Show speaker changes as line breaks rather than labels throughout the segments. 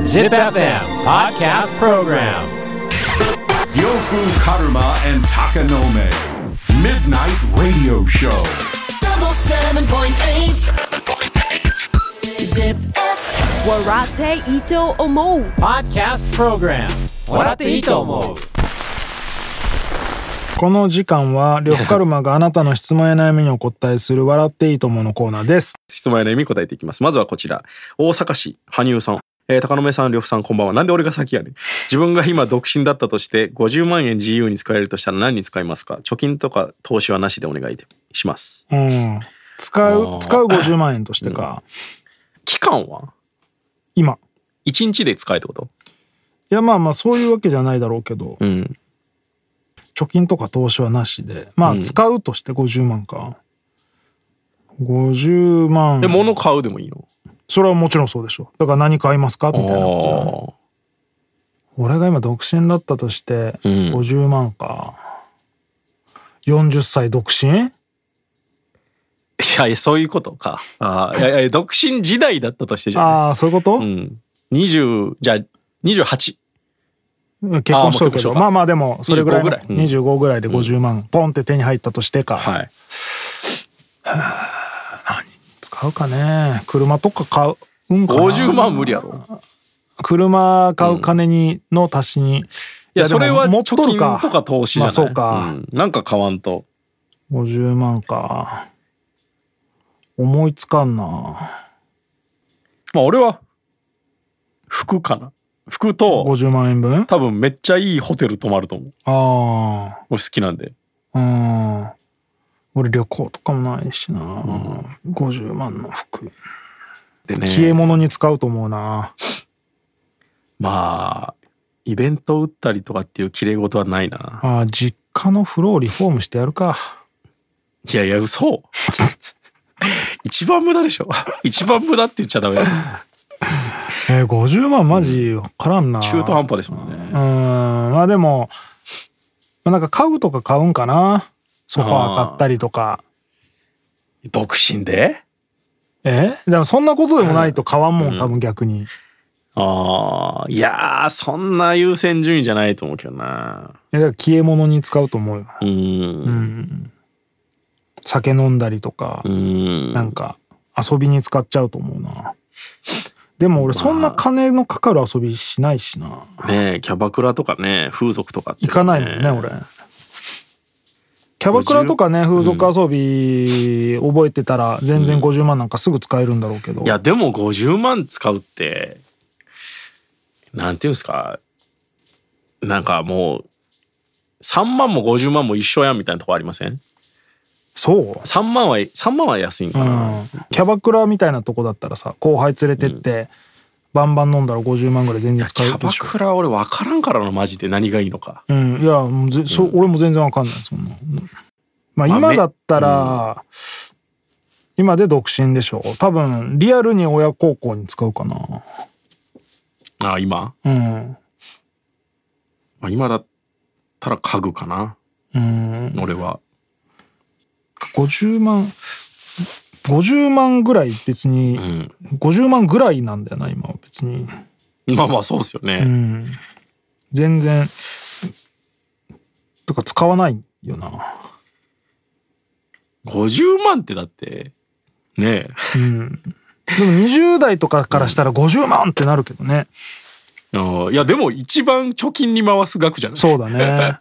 Zip FM Podcast Program
Yofu Karuma and Takanome. Midnight Radio Show.
double seven point eight. Zip.
Warate Ito Omo.
Podcast Program 笑っていいと思う
この時間は、呂布カルマがあなたの質問や悩みにお答えする笑っていいとものコーナーです。
質問や悩みに答えていきます。まずはこちら。大阪市、羽生さん。えー、高野目さん、呂布さん、こんばんは。なんで俺が先やねん。自分が今独身だったとして、50万円自由に使えるとしたら何に使いますか貯金とか投資はなしでお願いします。
うん。使
あー
う、使う50万円としてか、
期間は
今。
?1 日で使えってこと
いや、まあまあ、そういうわけじゃないだろうけど、
うん。
貯金とか投資はなしで、まあ、使うとして50万か。50万
で、。物買うでもいいの
それはもちろんそうでしょ。だから何買いますかみたいなことだね。
ああ。
俺が今独身だったとして、
ん
50万か。40歳独身
いやいや、そういうことか。ああ。いやいや、独身時代だったとしてじゃない
ああ、そういうこと、
うん。20、じゃあ、28。
結婚しとるけ
あーもう結婚しと
ど
るか
まあまあでもそれぐらいの
25ぐらいうん
25ぐらいで50万ポンって手に入ったとしてか、
はい。
使うかね車とか買うんかな
50万無理やろ。
車買う金にの足しにい
い
で
や、
も
それは
持
貯
っとる
金
か
とか投資じゃない、
まあそうか
うんなんか買わんと。
50万か思いつかんな
まあ俺は、服かな。服と、
50万円分あ
多分めっちゃいいホテル泊まると思う。
あ
俺好きなんで。
ーうん俺旅行とかもないしな、50万の服
で
消え物に使うと思うな
まあ、イベント打ったりとかっていう綺麗事はないな。
あー実家の風呂をリフォームしてやるか
いやい や、嘘。一番無駄でしょ。一番無駄って言っちゃダメだよ。
えー、50万マジわからんな、
中途半端ですもん
う
ね。
んまあでも、まあ、なんか家具とか買うんかなソファー買ったりとか
独身で
えでもそんなことでもないと買わんもん、多分逆に
ああ、いやー、そんな優先順位じゃないと思うけどな。
えだから消え物に使うと思うよ
うーん。
酒飲んだりとか、
うーん。
なんか遊びに使っちゃうと思うなでも俺そんな金のかかる遊びしないしな
ねえキャバクラとかね風俗とかって
行かないもんね俺キャバクラとかね風俗遊び覚えてたら全然50万なんかすぐ使えるんだろうけど、
いやでも50万使うってなんていうんですかなんかもう3万も50万も一緒やんみたいなとこありません
そう、
3万は3万は安いんか
う
な、
ん、キャバクラみたいなとこだったらさ後輩連れてって、バンバン飲んだら50万ぐらい全然
キ
使え
ャ
るで
バ
しょ
クラ俺分からんからなマジで何がいいのか
うんいやもうぜそ、俺も全然わかんないそんな、まあ、
まあ
今
め
だったら、今で独身でしょ多分リアルに親孝行に使うかな
ああ今、
うん
まあ、今だったら家具かな
うん
俺は
50万50万ぐらい別に、
うん
50万ぐらいなんだよな今は別に
まあまあそうっすよね、
うん全然とか使わないよな
50万ってだってねえ
でも20代とかからしたら50万ってなるけどね
ああいやでも一番貯金に回す額じゃない
そうだ ね、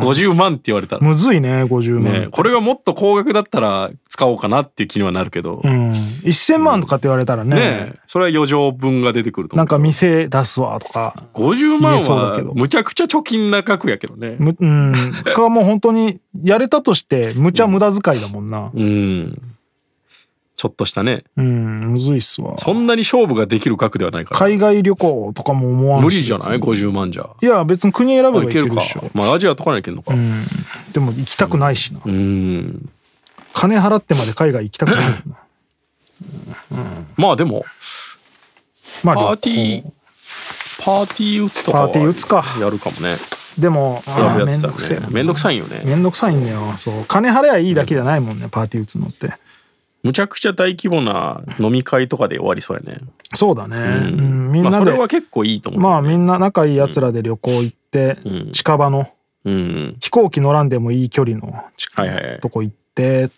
50万って言われた
うん、
ら、
むずいね50万、
ね、これがもっと高額だったら使おうかなっていう気にはなるけど、
う
ね
ん、1000万とかって言われたらね,、
えそれは余剰分が出てくると思
な
うん
か店出すわとか
50万
言えそうだけ
は
ど
むちゃくちゃ貯金な額やけどね
むうんかもう本当にやれたとして無茶無駄遣いだもんな
うんちょっとしたね
うんむずいっすわ
そんなに勝負ができる額ではないから
海外旅行とかも思わんし
無理じゃない
別に
50万じゃ
いや別に国選べば
あ
い
い
け
け
る
る
で
か
しょ
まあアジアとかにはいけるのか
でも行きたくないしな
うん
金払ってまで海外行きたくないもんな
まあでも
まあ
パー
旅
ティーパーティー打つとかは
パーティー打つか
やるかもね
でも
クラ
あ
ブ
ー
や
め
っ
ん
て
ど
た
くせえ
ら
な
ねめんどくさいよね
めんどくさいんだよそう金払えばいいだけじゃないもんねパーティー打つのって
むちゃくちゃ大規模な飲み会とかで終わりそうやね。
そうだね、うんみん
まあ、
な
そ
で、
れ
ま
は
あ、
結構いいと思う。
みんな仲いいやつらで旅行行って、
ん
近場の
うん。
飛行機乗らんでもいい距離の近
はいはいはい
とこ行って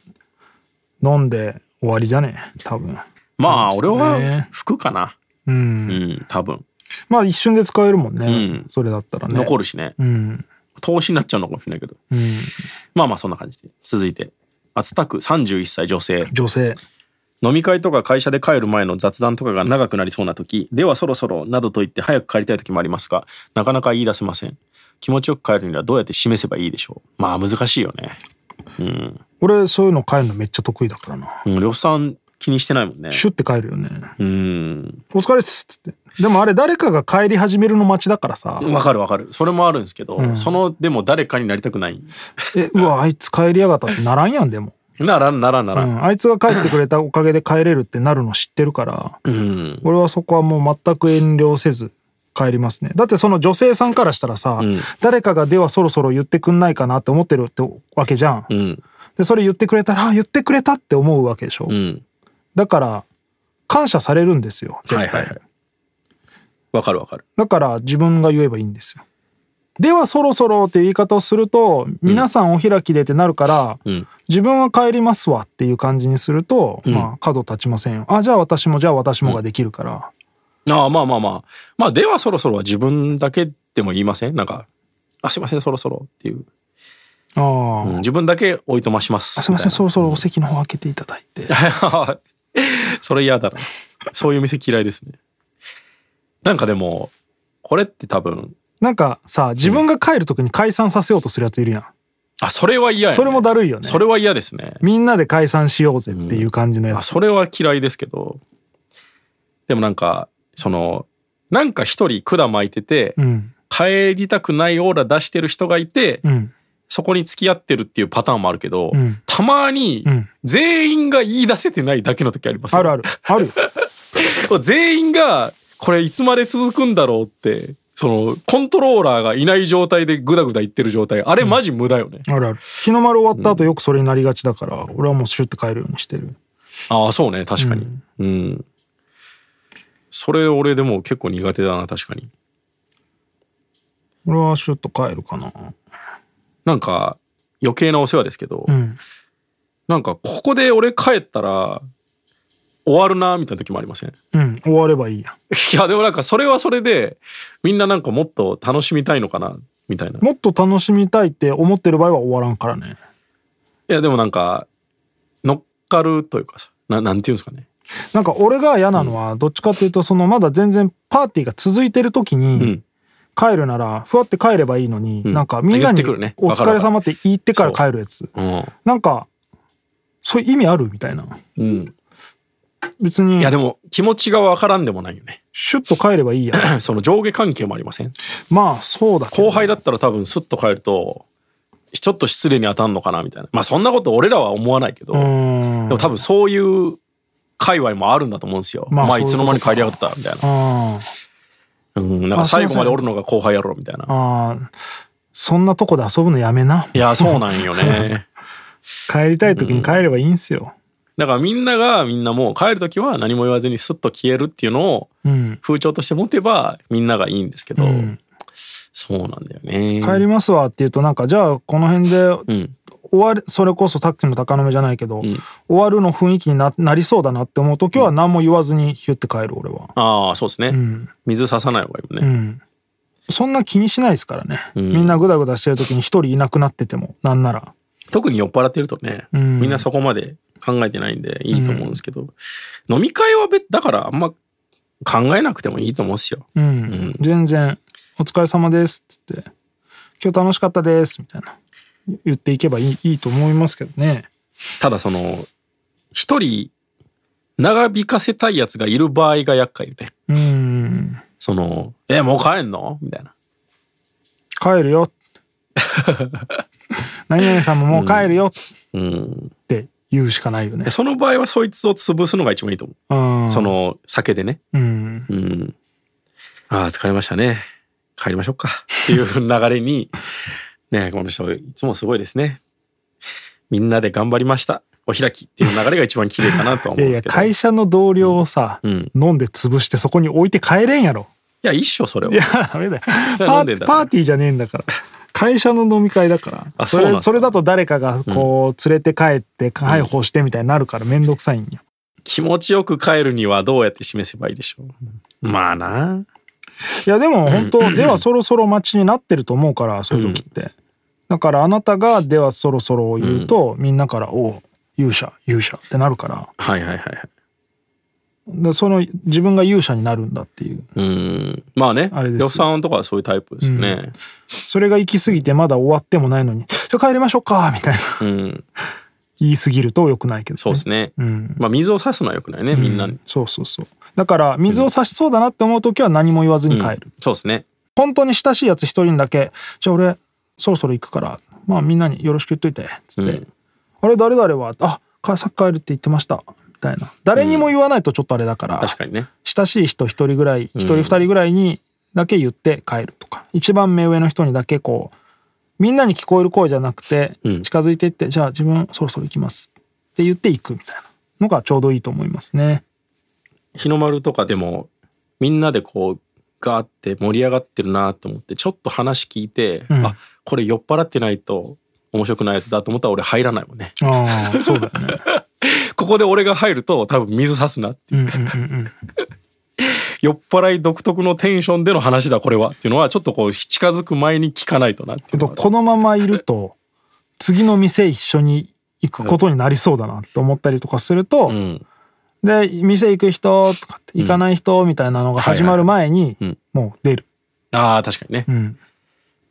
飲んで終わりじゃねえ多分
まあ、
そう
俺
ですね
は服かな。
うん、
うん、多分。
まあ一瞬で使えるもんね、
ん
それだったらね
残るしね。
うん
投資になっちゃうのかもしれないけど。
うん
まあまあ、そんな感じで。続いて。熱田区31歳女性。
女性
飲み会とか会社で帰る前の雑談とかが長くなりそうな時ではそろそろなどと言って早く帰りたい時もありますがなかなか言い出せません気持ちよく帰るにはどうやって示せばいいでしょうまあ難しいよね
俺そういうの帰るのめっちゃ得意だからな
うん呂布さん気にしてないもんね
シュッて帰るよね
うん
お疲れっすっつってでもあれ誰かが帰り始めるの待ちだからさ、
わかるわかるそれもあるんですけど、そのでも誰かになりたくない
えうわあいつ帰りやがったってならんやんでも、
ならならな
う
ら、
ん、あいつが帰ってくれたおかげで帰れるってなるの知ってるから、俺はそこはもう全く遠慮せず帰りますねだってその女性さんからしたらさ、誰かがではそろそろ言ってくんないかなって思ってるってわけじゃん、
うん
でそれ言ってくれたらあ言ってくれたって思うわけでしょ、
うん
だから感謝されるんですよ絶
は
対、
いはいはいわかるわかる
だから自分が言えばいいんですよ。ではそろそろっていう言い方をすると皆さんお開きでってなるから、
ん
自分は帰りますわっていう感じにすると、まあ角立ちませんよ。あじゃあ私もじゃあ私もができるから、
ああまあまあまあまあではそろそろは自分だけでも言いませんなんかあすいませんそろそろっていう
ああ、
うん自分だけおいとまします。
すいませんそろそろお席の方開けていただいて
それ嫌だな。そういう店嫌いですね。なんかでも、これって多分、
なんかさ自分が帰る時に解散させようとするやついるやん。
あ、それは嫌や、ね。
それもだるいよね
それは嫌ですね。
みんなで解散しようぜっていう感じのや
あ、
つ。
それは嫌いですけど。でもなんか、その、なんか一人管巻いてて、
うん
帰りたくないオーラ出してる人がいて、
うん
そこに付き合ってるっていうパターンもあるけど、
うん
たまに
ん
全員が言い出せてないだけの時ありますよ、
あるあるあるよ。
全員がこれいつまで続くんだろうってそのコントローラーがいない状態でグダグダ言ってる状態あれマジ無駄よね、
あるある。日の丸終わった後よくそれになりがちだから、俺はもうシュッて帰るようにしてる。
ああそうね確かにうん、それ俺でも結構苦手だな確かに
俺はシュッと帰るかな。
なんか余計なお世話ですけど、
うん。
なんかここで俺帰ったら終わるなみたいな時もありません
うん。終わればいいや。
いやでもなんかそれはそれでみんななんかもっと楽しみたいのかなみたいなん
もっと楽しみたいって思ってる場合は終わらんからね。
いやでもなんか乗っかるというかさななんていうんですかね
なんか俺が嫌なのは、どっちかっていうと、そのまだ全然パーティーが続いてる時に
ん、
帰るなら、ふわって帰ればいいのに、なんかみんな
言って
に
くるね
お
わかる
疲
わ
れ
かる
様って言ってから帰るやつ。
うん
なんか、そういう意味あるみたいな。
うん、
別
い
に
や、でも気持ちがわからんでもないよね
シュッと帰ればいいや。
その上下関係もありません
まあ、そうだけど。
後輩だったら多分スッと帰るとちょっと失礼に当たんのかなみたいなまあそんなこと俺らは思わないけど
う
で
ーん。
も多分そういう界隈もあるんだと思うんですよ、
ま
ま
あ
あ、いつの間に帰りやがったみたいな、
うん。
うん、なんか最後までおるのが後輩やろみたいな
ああ、そんなとこで遊ぶのやめな。
いやそうなん よね
帰りたい時に帰ればいいんすよ。
だからみんながみんなもう帰る時は何も言わずにスッと消えるっていうのを
うん。
風潮として持てばみんながいいんですけど、
ん
そうなんだよね
帰りますわって言うとなんかじゃあこの辺で
うん
終わるそれこそさっきの高野目じゃないけど、終わるの雰囲気にななりそうだなって思う時は何も言わずにヒュッて帰る俺は。
ああそうですね、
ん
水ささない方がいいもん
う
ね、
ん。そんな気にしないですからね。
ん
みんなグダグダしてる時に一人いなくなっててもなんなら。
特に酔っ払ってるとね、
ん
みんなそこまで考えてないんでいいと思うんですけど、飲み会は別だからあんま考えなくてもいいと思うんですよ、
うん。全然「お疲れ様です」っつって「今日楽しかったです」みたいな言っていけばいいいいと思いますけどね。
ただその一人長引かせたいやつがいる場合が厄介よね
うん。
その「えもう帰んの?」みたいな
帰るよ何々さんももう帰るよっ
うん
て言うしかないよね
で、その場合はそいつを潰すのが一番いいと思う、
うん、
その酒でね
うん
うん。ああ、疲れましたね。帰りましょうか。っていう流れ に、ねえこの人、いつもすごいですね。みんなで頑張りました。お開きっていう流れが一番綺麗かなとは思
い
う
やい
んで
や
すけど。
会社の同僚をさ、
ん
飲んで潰してそこに置いて帰れんやろ 。
いや、一緒それはい
やダメだよパ
なんでだ
ーパーティーじゃねえんだから会社の飲み会だから
あ
そ
そうなん
れ
だ
それだと誰かがこう連れて帰って介抱してみたいになるからめんどくさいんよ
気持ちよく帰るにはどうやって示せばいいでしょう。まあな。
いやでも本当 ではそろそろ待ちになってると思うからそういう時って、だからあなたが「ではそろそろ」を言うと、みんなから「おう勇者勇者」ってなるから
はいはいはいはい。
でその自分が勇者になるんだっていう
うん。まあね。
あれです
呂布さんとかはそういうタイプですよね。
それが行き過ぎてまだ終わってもないのに「じゃあ帰りましょうか」みたいな
うん。
言い過ぎると良くないけど、ね、
そうですね。
ん
まあ水を差すのは良くないね、みんなに。
そうそうそうだから水を差しそうだなって思う時は何も言わずに帰る、
そうですね。
本当に親しいやつ一人だけ「じゃあ俺そろそろ行くからまあみんなによろしく言っといて」つって「
うん
あれ誰々は?」あかさっき帰るって言ってました」みたいな誰にも言わないとちょっとあれだから、
確かにね。
親しい人一人ぐらい一人二人ぐらいにだけ言って帰るとか、一番目上の人にだけこうみんなに聞こえる声じゃなくて
うん
近づいていって、じゃあ自分そろそろ行きますって言って行くみたいなのがちょうどいいと思いますね。
日の丸とかでもみんなでこうガーって盛り上がってるなと思ってちょっと話聞いて、
ん
あこれ酔っ払ってないと面白くないやつだと思ったら俺入らないもんね
ああそうだよね。
ここで俺が入ると多分水差すなっていう
うんうんうんうん。
酔っ払い独特のテンションでの話だこれはっていうのはちょっとこう近づく前に聞かないとなっ
け
ていう
ど
のは
このままいると次の店一緒に行くことになりそうだなと思ったりとかすると、
うん
で店行く人とかって行かない人みたいなのが始まる前に
いはいうん
もう出る。
ああ確かにね、
うん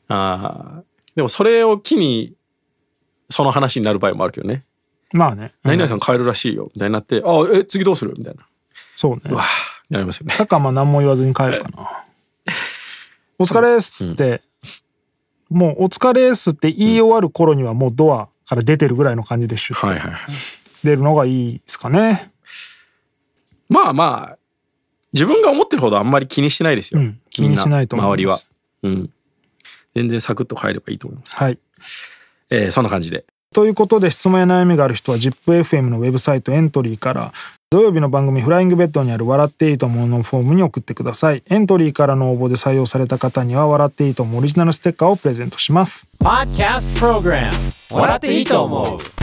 ああでもそれを機にその話になる場合もあるけどね
まあね、
「何々さん帰るらしいよ」みたいになって「ああえ次どうする?」みたいな
そうね。
わあなりますよね
だからまあ何も言わずに帰るか な。お疲れっすっつって、もうお疲れっすって言い終わる頃にはもうドアから出てるぐらいの感じでシュッ
はいはいはい
出るのがいいですかね。
まあまあ自分が思ってるほどあんまり気にしてないですよ、
うん気にしないと思います
みんな周りは、うん、全然サクッと入ればいいと思います、
はい。
えーそんな感じで
ということで質問や悩みがある人は ZIPFM のウェブサイトエントリーから土曜日の番組「フライングベッド」にある「笑っていいと思う」のフォームに送ってくださいエントリーからの応募で採用された方には「笑っていいと思う」オリジナルステッカーをプレゼントします
Podcast Program 笑っていいと思う